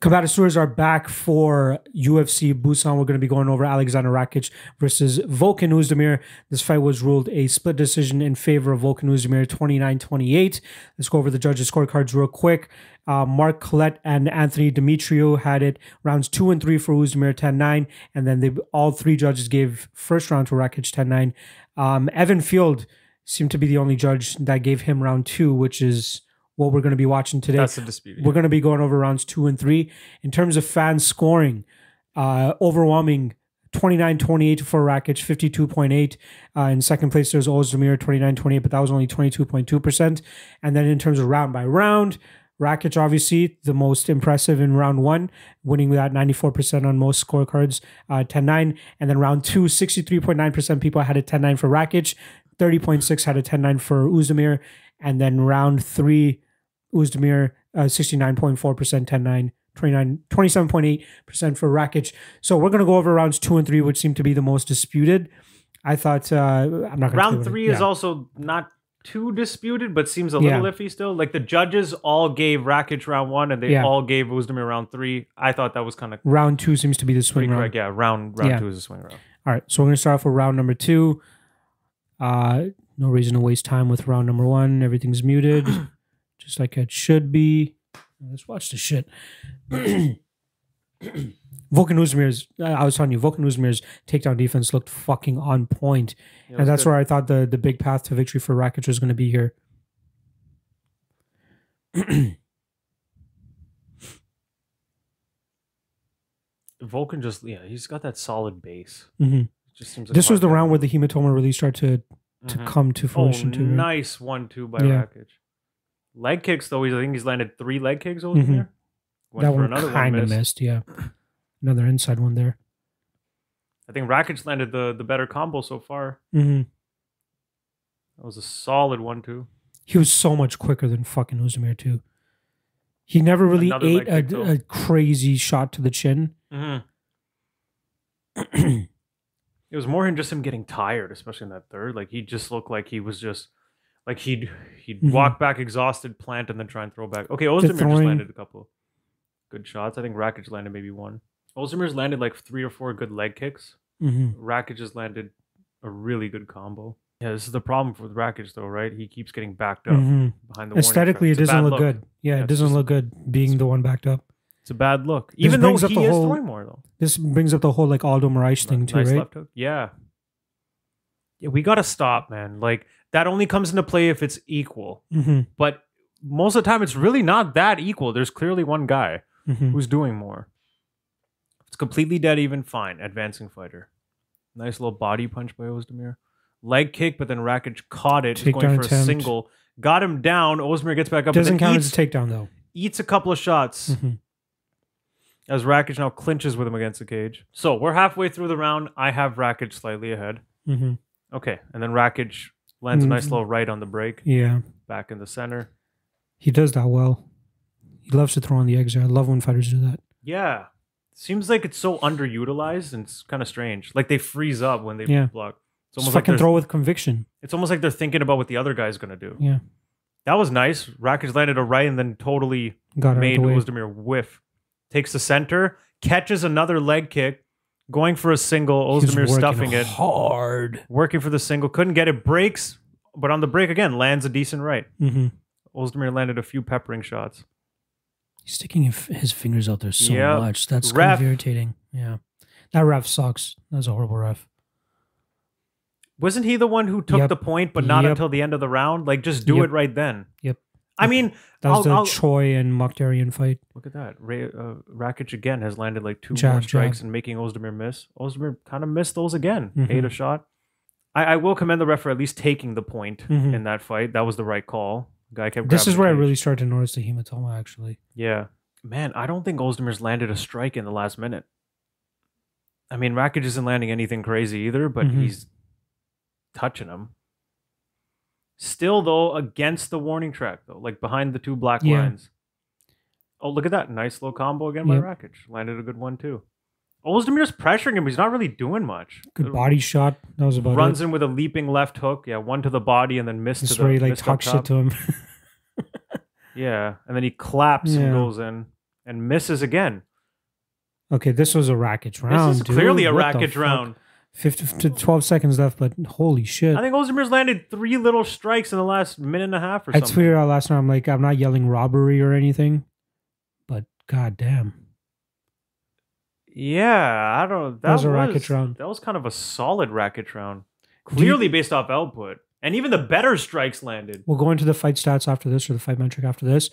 Combat Stewars are back for UFC Busan. We're going to be going over Alexander Rakic versus Volkan Uzdemir. This fight was ruled a split decision in favor of Volkan Uzdemir, 29-28. Let's go over the judges' scorecards real quick. Uh, Mark Collette and Anthony Demetrio had it rounds two and three for Uzdemir, 10-9. And then they, all three judges gave first round to Rakic, 10-9. Um, Evan Field seemed to be the only judge that gave him round two, which is what we're going to be watching today. That's the dispute. We're going to be going over rounds two and three. In terms of fan scoring, uh, overwhelming 29 28 for Rakic, 52.8. Uh, in second place, there's Ozdemir, 29 28, but that was only 22.2%. And then in terms of round by round, Rakic, obviously, the most impressive in round one, winning that 94% on most scorecards, uh, 10 9. And then round two, 63.9% people had a 10 9 for Rakic, 30.6 had a 10 9 for Uzdemir. And then round three, Uzdemir, uh, 69.4%, 10 9, 29, 27.8% for Rakic. So we're going to go over rounds two and three, which seem to be the most disputed. I thought, uh, I'm not going to. Round three is also not too disputed, but seems a little Yeah. iffy still. Like the judges all gave Rakic round one, and they Yeah. all gave Uzdemir round three. I thought that was kind of Round two seems to be the swing pretty round. correct. Yeah, round round Yeah. two is a swing round. All right, so we're gonna start off with round number two. Uh, no reason to waste time with round number one. Everything's muted, just like it should be. Let's watch the shit. Volkan Uzmir's, I was telling you, Volkan Uzmir's takedown defense looked fucking on point, Yeah, and that's good. where I thought the the big path to victory for Rakic was going to be here. Mm-hmm. Vulcan just yeah, he's got that solid base. Mhm. It just seems like This was the Rakic- round where the hematoma really started to to Mhm. come to Oh, fruition. too, right? nice one two by Yeah. Rakic. Leg kicks though, he's, I think he's landed three leg kicks over Mhm. there. Went that for one another kind of missed. missed. Yeah, another inside one there. I think Rakic landed the the better combo so far. hmm That was a solid one two. he was so much quicker than fucking Uzdemir too. He never really Another leg ate kick, though. a, a crazy shot to the chin. Mm-hmm. Mm-hmm. it was more than just him getting tired, especially in that third. Like he just looked like he was just like he'd he'd Mhm. walk back exhausted, plant, and then try and throw back. Okay, The Ozdemir just throwing- landed a couple good shots. I think Rakic landed maybe one. Ozdemir's landed like three or four good leg kicks. hmm Rakic has landed a really good combo. Yeah, this is the problem with Rakic though, right? He keeps getting backed up Mhm. behind the warning Aesthetically, it track. It's a doesn't bad look, good. Yeah, Yeah, it it's doesn't just- look good being the one backed up. It's a bad look. Even though brings he up is the whole- throwing more though. This brings up the whole like Aldo Moraes thing Nice too, right? left hook. Yeah. Yeah, we gotta stop, man. Like that only comes into play if it's equal. Mm-hmm. But most of the time it's really not that equal. There's clearly one guy hmm who's doing more. If it's completely dead even, fine. Advancing fighter. Nice little body punch by Ozdemir. Leg kick, but then Rakic caught it, He's Takedown going for a attempt. single. Got him down. Ozdemir gets back up. Doesn't and then count eats, as a takedown though. eats a couple of shots Mhm. as Rakic now clinches with him against the cage. So we're halfway through the round. I have Rakic slightly ahead. Mhm. Okay, and then Rakic lands a nice Mhm. little right on the break, Yeah, back in the center. he does that well. He loves to throw on the exit. I love when fighters do that. Yeah, seems like it's so underutilized and it's kind of strange. Like they freeze up when they Yeah. block. It's Just almost like fucking they're- throw with conviction. it's almost like they're thinking about what the other guy's gonna do. Yeah, That was nice. Rakic landed a right and then totally got it. made Made way. Ozdemir whiff. Takes the center, catches another leg kick, going for a single. He's Ozdemir working stuffing it. hard. working for the single, couldn't get it, breaks, but on the break again, lands a decent right. hmm Ozdemir landed a few peppering shots. He's sticking his- his fingers out there so Yep. much. That's kind Ref. of irritating. Yeah. That ref sucks. That's a horrible ref. Wasn't he the one who took Yep. the point, but not Yep. until the end of the round? Like, just do Yep. it right then. Yep. I mean, That was I'll- the I'll- Choi and Mokhtarian fight. look at that. Ray, uh, Rakic again has landed like two Jab, more strikes jab. and making Ozdemir miss. Ozdemir kind of missed those again. Mhm. Ate a shot. I, I will commend the ref for at least taking the point Mhm. in that fight. That was the right call. Guy kept. This grabbing is the where I cage. really started to notice the hematoma, actually. Yeah. Man, I don't think Ozdemir's landed a strike in the last minute. I mean, Rakic isn't landing anything crazy either, but Mhm. he's touching him. Still, though, against the warning track, though, like behind the two black Yeah. lines. Oh, look at that. Nice low combo again Yep. by Rakic. Landed a good one, too. Ozdemir's pressuring him. He's not really doing much. Uh, Good body shot. That was about Runs it. in with a leaping left hook. Yeah, one to the body and then missed This is to the where he like missed up talks top. shit to him. Yeah, and then he claps Yeah. and goes in. and misses again. Okay, this was a Rakic round. this is clearly dude. a What the Rakic fuck? round. 50 to 12 seconds left, but holy shit. I think Ozdemir's landed three little strikes in the last minute and a half or I something. tweeted out last night. I'm like, I'm not yelling robbery or anything, but goddamn, Yeah, I don't. That, That was a Rakic was- round. That was kind of a solid racket round, you- clearly based off output, and even the better strikes landed. we'll go into the fight stats after this or the fight metric after this.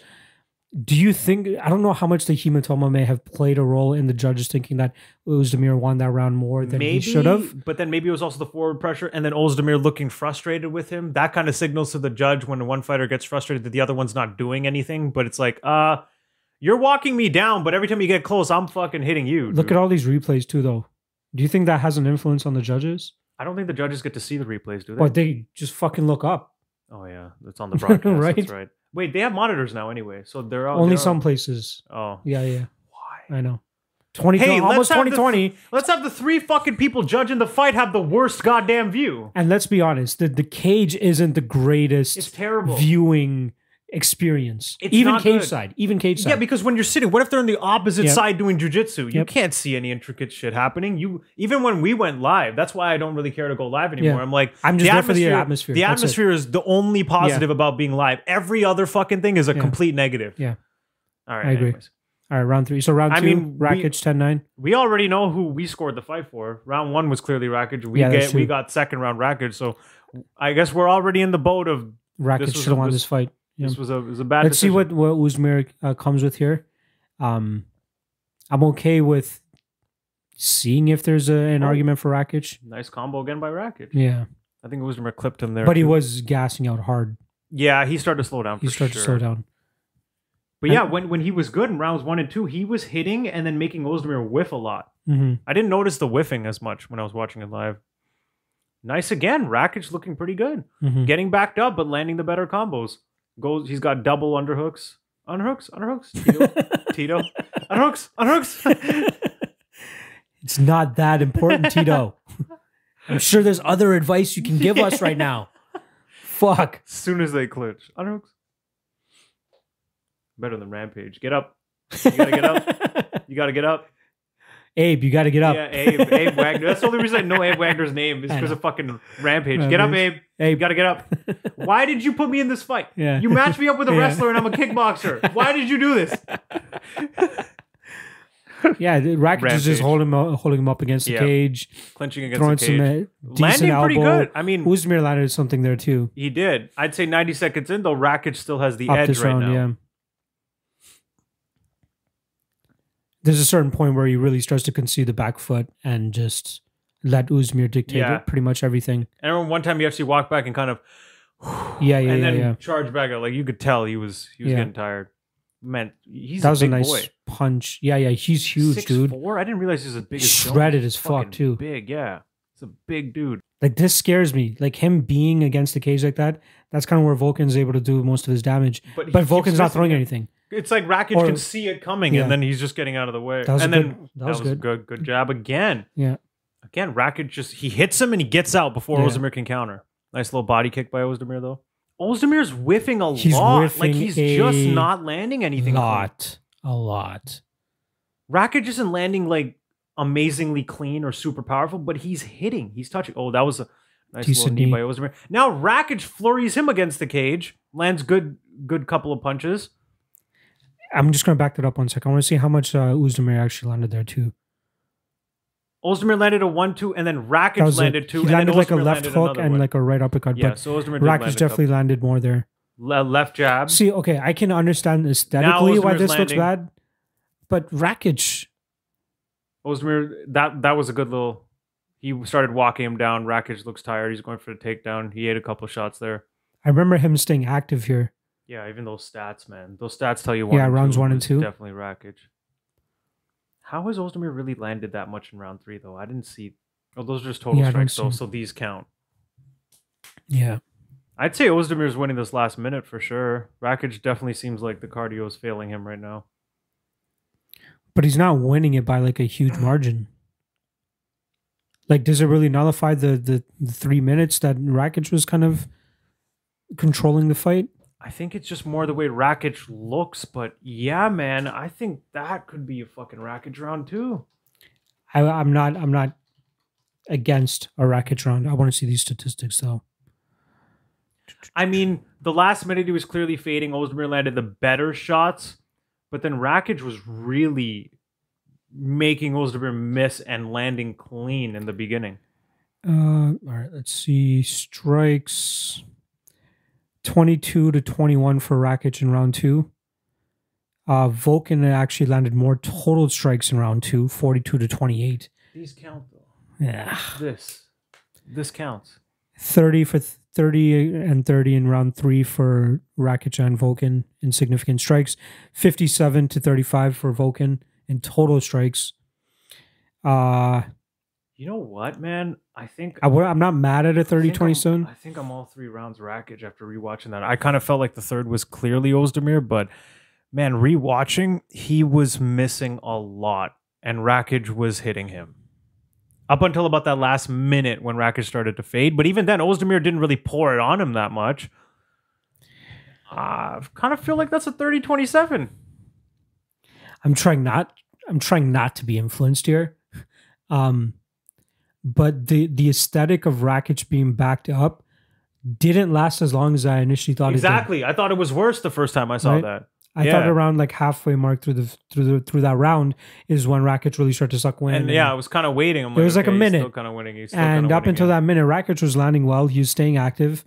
Do you think? I don't know how much the hematoma may have played a role in the judges thinking that Uzdemir won that round more than he Maybe should have. but then maybe it was also the forward pressure, and then Ozdemir looking frustrated with him. That kind of signals to the judge when one fighter gets frustrated that the other one's not doing anything. But it's like, uh, you're walking me down, but every time you get close, I'm fucking hitting you. Look at all these replays too, though. Do you think that has an influence on the judges? I don't think the judges get to see the replays, do they? Or they just fucking look up? Oh yeah, it's on the broadcast. Right? That's right. Wait, they have monitors now anyway, so they're all, Only they're some places. all- oh, Yeah, yeah, why? I know. Twenty, Hey, let's almost have the th- 2020. Let's have the three fucking people judging the fight have the worst goddamn view. And let's be honest, the, the cage isn't the greatest It's terrible. viewing experience. It's even not cage good. side. Even cage side. Yeah, because when you're sitting, what if they're on the opposite Yep. side doing jujitsu? You Yep. can't see any intricate shit happening. You even when we went live, that's why I don't really care to go live anymore. Yeah. I'm like, I'm just there for the atmosphere. The That's it. atmosphere is the only positive about being live. Every other fucking thing is a Yeah. complete negative. Yeah. All right. I agree. anyways. All right, round three. So round I two, mean, we- Rakic 10 9. We already know who we scored the fight for. Round one was clearly Rackage. We Yeah, that's get we true. got second round Rackage. So I guess we're already in the boat of Rakic was should have a- won this- this fight. Yeah. this was a was a bad. Let's see decision. what, what Uzmir uh, comes with here. Um, I'm okay with seeing if there's a, an Oh. argument for Rakic. nice combo again by Rackage. Yeah. I think Ozdemir clipped him there. But he too. was gassing out hard. yeah he started to slow down. He for started sure. to slow down. But yeah, And- when, when he was good in rounds one and two, he was hitting and then making Ozdemir whiff a lot. hmm I didn't notice the whiffing as much when I was watching it live. Nice again. Rakic looking pretty good. hmm Getting backed up, but landing the better combos. Goes he's got double underhooks. Underhooks, underhooks. Tito. Tito. Underhooks, underhooks. It's not that important, Tito. I'm sure there's other advice you can give us right now. Fuck. soon as they clinch. Underhooks. Better than Rampage. Get up. You gotta get up. You gotta get up. Abe, you got to get up. Yeah, Abe, Abe Wagner. That's the only reason I know Abe Wagner's name is I because know. of fucking Rampage. Get up, Abe. Rampage. You Abe, gotta get up. Why did you put me in this fight? Yeah. You matched me up with a Yeah. wrestler and I'm a kickboxer. Why did you do this? yeah, the Rakic is Rampage. just holding him, up, holding him up against the Yeah. cage, Clinching against throwing some uh, decent Landing elbow. pretty good. I mean, Uzdemir landed something there too. he did. I'd say 90 seconds in, though, Rakic still has the up edge this right round, now. yeah. There's a certain point where he really starts to concede the back foot and just let Uzdemir dictate Yeah. pretty much everything. And I remember one time he actually walked back and kind of, Yeah, yeah, and yeah, then yeah. charged back out. Like you could tell he was he was Yeah. getting tired. Man, he's that a was a big nice boy. punch. Yeah, yeah, he's huge, Six dude. Four? I didn't realize he was as big as Jones. Shredded as fuck, Fucking too. Big, yeah. He's a big dude. Like this scares me. Like him being against the cage like that. That's kind of where Vulcan's able to do most of his damage. But, he But keeps Vulcan's not missing throwing it. anything. It's like Rakic Or- can see it coming, Yeah. and then he's just getting out of the way. That was and a then good- that was a good. good, good job again. Yeah. Again, Rakic just he hits him and he gets out before Yeah. Ozdemir can counter. Nice little body kick by Ozdemir though. Ozdemir's whiffing a He's lot. like whiffing he's a just not landing A anything. lot. A lot. clean. Rakic isn't landing like amazingly clean or super powerful, but he's hitting. He's touching. Oh, that was a nice Decent little knee knee. by Ozdemir. Now Rakic flurries him against the cage, lands good good couple of punches. I'm just going to back that up one second. I want to see how much uh, Uzdemir actually landed there too. Ozdemir landed a one two, and then That Rakic was it. landed two. He and landed then like a Ozdemir left landed hook another and one. like a right uppercut. yeah, so but Ozdemir did land a Rakic couple. definitely landed more there. Le- left jab. See, okay, I can understand aesthetically why Ozdemir's this looks landing. bad, but Rakic, Ozdemir that that was a good little. He started walking him down. Rakic looks tired. He's going for the takedown. He ate a couple shots there. I remember him staying active here. Yeah, even those stats, man. Those stats tell you one. Yeah, and rounds two one and was two. Definitely Rakic. How has Ozdemir really landed that much in round three though? I didn't see. Oh, those are just total Yeah, I don't strikes though, see. so these count. Yeah. I'd say Ozdemir's winning this last minute for sure. Rakic definitely seems like the cardio is failing him right now. But he's not winning it by like a huge margin. Like, does it really nullify the the, the three minutes that Rakic was kind of controlling the fight? I think it's just more the way Rakic looks, but yeah, man, I think that could be a fucking Rakic round too. I, I'm not. I'm not against a Rakic round. I want to see these statistics though. I mean, the last minute he was clearly fading. Ozdemir landed the better shots, but then Rakic was really making Ozdemir miss and landing clean in the beginning. Uh, all right, let's see. Strikes 22 to 21 for Rakic in round two. Uh, Vulcan actually landed more total strikes in round two, 42 to 28. These count though. Yeah. This, this counts. 30 for th- 30 and 30 in round three for Rakic and Vulcan in significant strikes, 57 to 35 for Vulcan in total strikes. Uh, You know what, man? I think I, am not mad at a 30 think I'm- 27. I think I'm all three rounds Rakic after rewatching that. I kind of felt like the third was clearly Ozdemir, but man, rewatching, he was missing a lot, and Rakic was hitting him. Up until about that last minute when Rakic started to fade, but even then, Ozdemir didn't really pour it on him that much. I kind of feel like that's a 30 27. I'm trying not I'm trying not to be influenced here. Um but the the aesthetic of Rakic being backed up didn't last as long as I initially thought Exactly. I thought it was worse the first time I saw Right? that. it did. I thought Yeah. around like halfway mark through the through the through that round is when Rakic really started to suck wind. And yeah, I was kind of waiting. I'm It was like a okay, he's still minute. kind of winning. He's still and kinda up winning until it. that minute, Rakic was landing well. He was staying active.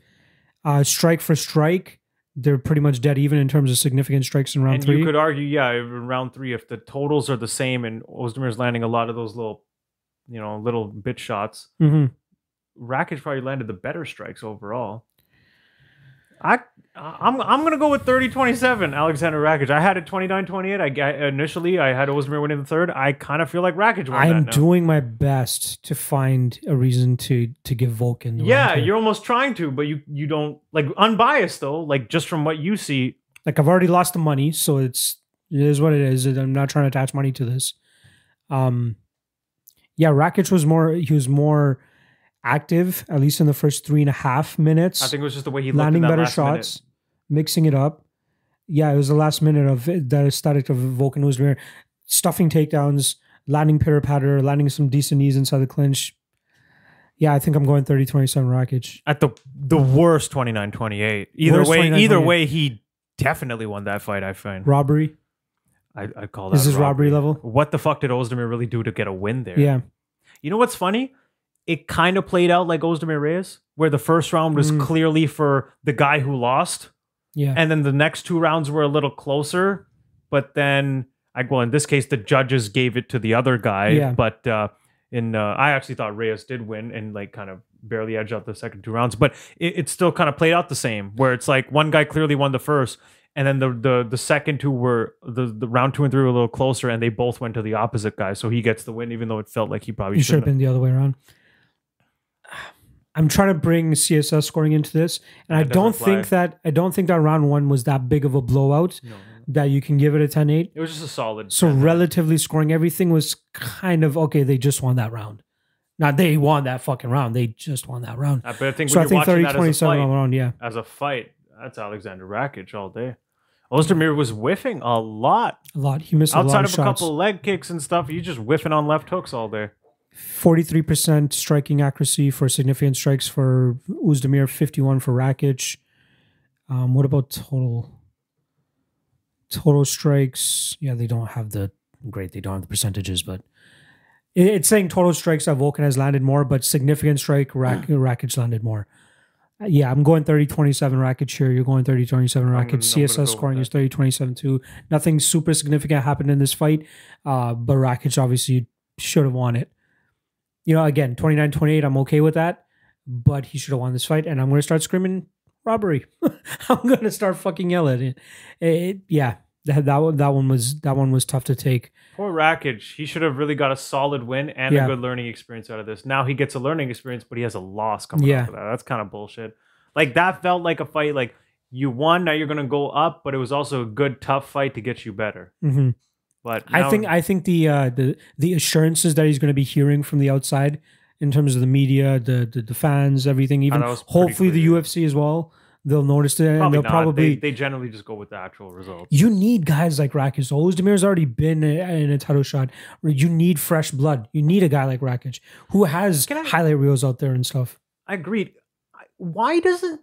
Uh, strike for strike, they're pretty much dead even in terms of significant strikes in round and three. you could argue, yeah, in round three, if the totals are the same and Ozdemir's landing a lot of those little, you know, little bit shots, Mhm. Rakic probably landed the better strikes overall. I, I'm, I'm gonna go with 30-27, Alexander Rakic. I had it 29-28. I, ga- initially I had Ozdemir winning the third. I kind of feel like Rakic won I'm that now. doing my best to find a reason to to give Vulcan. The yeah, round here. you're almost trying to, but you you don't like unbiased though. Like just from what you see, like I've already lost the money, so it's it is what it is. I'm not trying to attach money to this. Um, yeah, Rakic was more he was more active at least in the first three and a half minutes, I think it was just the way he landing looked in that better last minute. shots, mixing it up. Yeah, it was the last minute of it, that aesthetic of Vulcan was weird. stuffing takedowns, landing pitter patter, landing some decent knees inside the clinch. Yeah, I think I'm going 30-27 Rakic. at the the worst 29-28 either Worst way 29-28. either way he definitely won that fight i find Robbery. i, I call that Is this robbery level? what the fuck did ozdemir really do to get a win there Yeah. you know what's funny it kind of played out like ozdemir reyes where the first round was Mm. clearly for the guy who lost Yeah. and then the next two rounds were a little closer but then i well in this case the judges gave it to the other guy Yeah. but uh in uh, i actually thought reyes did win and like kind of barely edged out the second two rounds but it, it still kind of played out the same where it's like one guy clearly won the first and then the the, the second two were the, the round two and three were a little closer and they both went to the opposite guy so he gets the win even though it felt like he probably it should have been shouldn't the other way around. I'm trying to bring CSS scoring into this, and I That don't doesn't think that I don't think that round one was that big of a blowout have. No, that you can give it a 10-8. it was just a solid So relatively scoring everything was kind of okay. They just won that round. Not they won that fucking round. They just won that round. I- but i think So I when you're think watching 30 that as a 27 fight, on the round. Yeah, as a fight, that's Alexander Rakic all day. Ozdemir was whiffing a lot a lot. He missed a lot outside of of a shots. couple leg kicks and stuff. You just whiffing on left hooks all day. 43% striking accuracy for significant strikes for Uzdemir, 51 for Rakic. Um, what about total? Total strikes. Yeah, they don't have the great, they don't have the percentages, but it- it's saying total strikes that Vulcan has landed more, but significant strike Hmm. Rak- Rakic landed more. Uh, Yeah, I'm going 30 27 Rakic here. You're going 30 27 I'm- I'm Rakic. gonna go CSS with scoring that. is 30 27 too. Nothing super significant happened in this fight, uh, but Rakic obviously should have won it you know, again, 29 28, I'm okay with that, but he should have won this fight. And I'm going to start screaming robbery. I'm going to start fucking yelling. It, it, yeah, that, that, one, that one was that one was tough to take. Poor Rakic. He should have really got a solid win and Yeah. a good learning experience out of this. Now he gets a learning experience, but he has a loss coming Yeah. yeah. that. That's kind of bullshit. Like that felt like a fight. Like you won, now you're gonna go up, but it was also a good tough fight to get you better. Mhm. But I now- think I think the uh, the the assurances that he's going to be hearing from the outside in terms of the media, the the, the fans, everything, even that was pretty hopefully the clear. UFC as well. they'll notice it, and Probably they'll not. probably they, they generally just go with the actual result. you need guys like Rakic. Ozdemir's already been in a title shot. You need fresh blood. You need a guy like Rakic who has Can I- highlight reels out there and stuff. I agreed. I- Why doesn't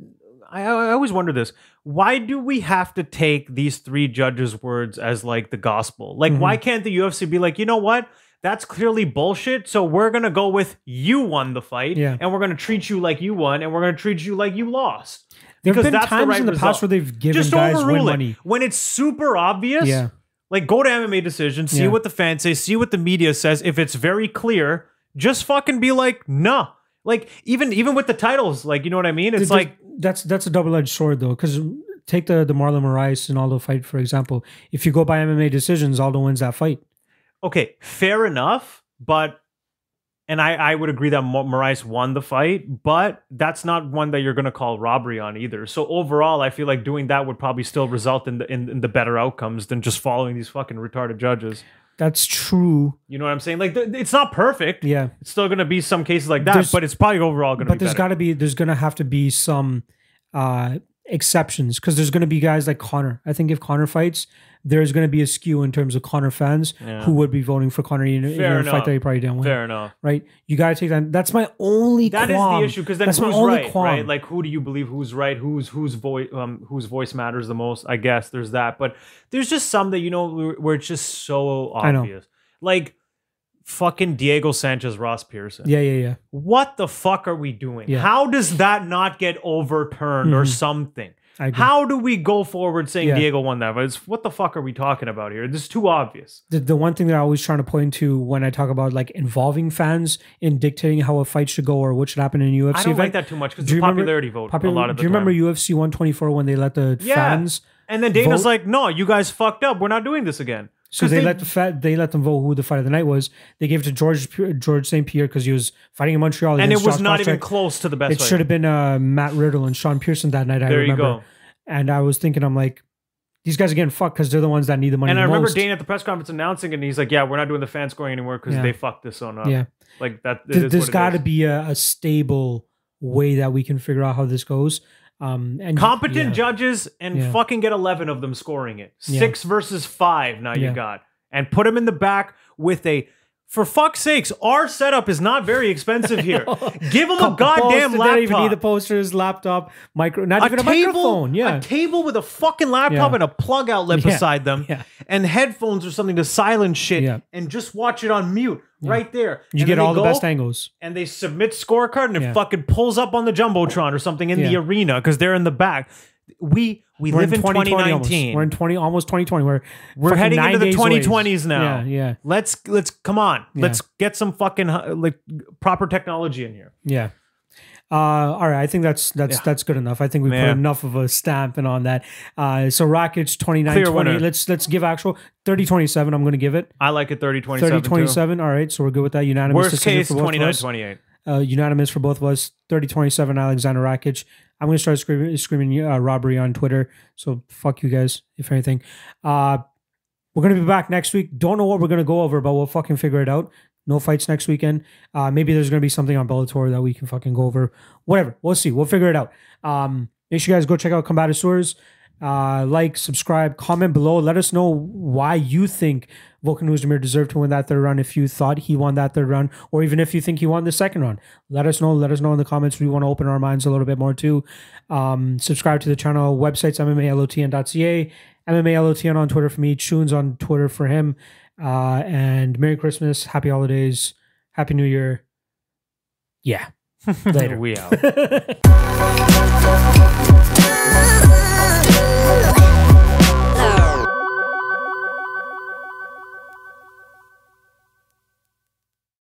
I, I always wonder this? Why do we have to take these three judges' words as like the gospel? Like, why Mm-hmm. can't the UFC be like, you know what? That's clearly bullshit. So we're gonna go with you won the fight, Yeah. and we're gonna treat you like you won, and we're gonna treat you like you lost. There have Because been that's the times right in the past result. where they've given Just guys win overrule money. it when it's super obvious. Yeah. Like, go to MMA decision, see Yeah. what the fans say, see what the media says. If it's very clear, just fucking be like, nah. Like, even even with the titles, like, you know what I mean? Th- It's like th- that's that's a double edged sword though, because take the the Marlon Moraes and Aldo fight for example. If you go by MMA decisions, Aldo wins that fight. okay, fair enough, but and I, I would agree that Mo- Moraes won the fight, but that's not one that you're going to call robbery on either. So overall, I feel like doing that would probably still result in the in, in the better outcomes than just following these fucking retarded judges. That's true. You know what I'm saying? Like th- it's not perfect. Yeah, It's still going to be some cases like that, There's- but it's probably overall going to but be there's better. got to be there's gonna have to be some uh exceptions because there's gonna be guys like Connor. I think if Connor fights, there's gonna be a skew in terms of Connor fans Yeah. who would be voting for Connor in, in Fair a fight enough. that he probably didn't win. Fair enough. Right? You gotta take that. That's my only. That is qualm. the issue because then That's my who's only right, qualm. right? Like who do you believe who's right, who's whose voice um whose voice matters the most? I guess there's that, but there's just some that you know where- where it's just so I know. obvious. Like fucking Diego Sanchez, Ross Pearson. yeah, yeah, yeah. What the fuck are we doing? Yeah. How does that not get overturned or Mhm. something? I agree. How do we go forward saying Yeah. Diego won that? But it's what the fuck are we talking about here? This is too obvious. the, the one thing that I always trying to point to when I talk about like involving fans in dictating how a fight should go or what should happen in an UFC I don't event. like that too much because do the you remember- popularity vote Popular- a lot of the do you time. remember UFC 124 when they let the Yeah. fans? And then Dana's Vote- like, no, you guys fucked up. We're not doing this again. So 'Cause they, let the fa- they let them vote who the fight of the night was. They gave it to George P- George St Pierre because he was fighting in Montreal and it against was Josh not even Koscheck. close to the best. It should have been uh, Matt Riddle and Sean Pearson that night. I There you remember. go. And I was thinking, I'm like, these guys are getting fucked because they're the ones that need the money. And I the remember most. Dana at the press conference announcing, it, and he's like, "Yeah, we're not doing the fan scoring anymore because Yeah. they fucked this one up." Yeah. like that. it Th- is there's what it got to is. be a, a stable way that we can figure out how this goes. Um, and yeah. competent judges and Yeah. fucking get eleven of them scoring it. Yeah. Six versus five. Now Yeah. you got and put them in the back with a. For fuck's sakes, our setup is not very expensive here. Give them Couple posters, a Oh, goddamn they laptop. Don't even need the posters, laptop, micro, not a even a table, microphone. Yeah, a table with a fucking laptop Yeah. and a plug outlet Yeah. beside them, Yeah. and headphones or something to silence shit, Yeah. and just watch it on mute right there. you And get then they all the go best angles. And they submit scorecard, and it Yeah. fucking pulls up on the jumbotron or something in the Yeah. arena because they're in the back. We we We're live in 2020 almost. 2019. We're in twenty, almost 2020. We're We're fucking heading nine into the days away. 2020s now. Yeah, yeah, let's let's come on. Yeah. Let's get some fucking uh, like proper technology in here. yeah. Uh, all right, I think that's that's Yeah. that's good enough. I think we Yeah. put enough of a stamp in on that. Uh, so Rockets twenty nine Clear twenty. winner. Let's let's give actual thirty twenty seven. I'm going to give it. I like it 30 27. 30 too. 27. All right. So we're good with that. Unanimous Worst decision case for both 29 of us. 28. Uh, unanimous for both of us. 30 27, Alexander Rakic. I'm going to start screaming, screaming uh, robbery on Twitter. So fuck you guys, if anything. Uh, we're going to be back next week. Don't know what we're going to go over, but we'll fucking figure it out. No fights next weekend. Uh, maybe there's going to be something on Bellator that we can fucking go over. Whatever. We'll see. We'll figure it out. Um, make sure you guys go check out Combatosaurs. Uh, like, subscribe, comment below. Let us know why you think Volkan Uzdemir deserved to win that third round. If you thought he won that third round, or even if you think he won the second round, let us know. Let us know in the comments. We want to open our minds a little bit more too. Um, subscribe to the channel. Websites MMALOTN.ca, MMALOTN on Twitter for me, Chunes on Twitter for him. Uh, and Merry Christmas, Happy Holidays, Happy New Year. Yeah. Later. We out.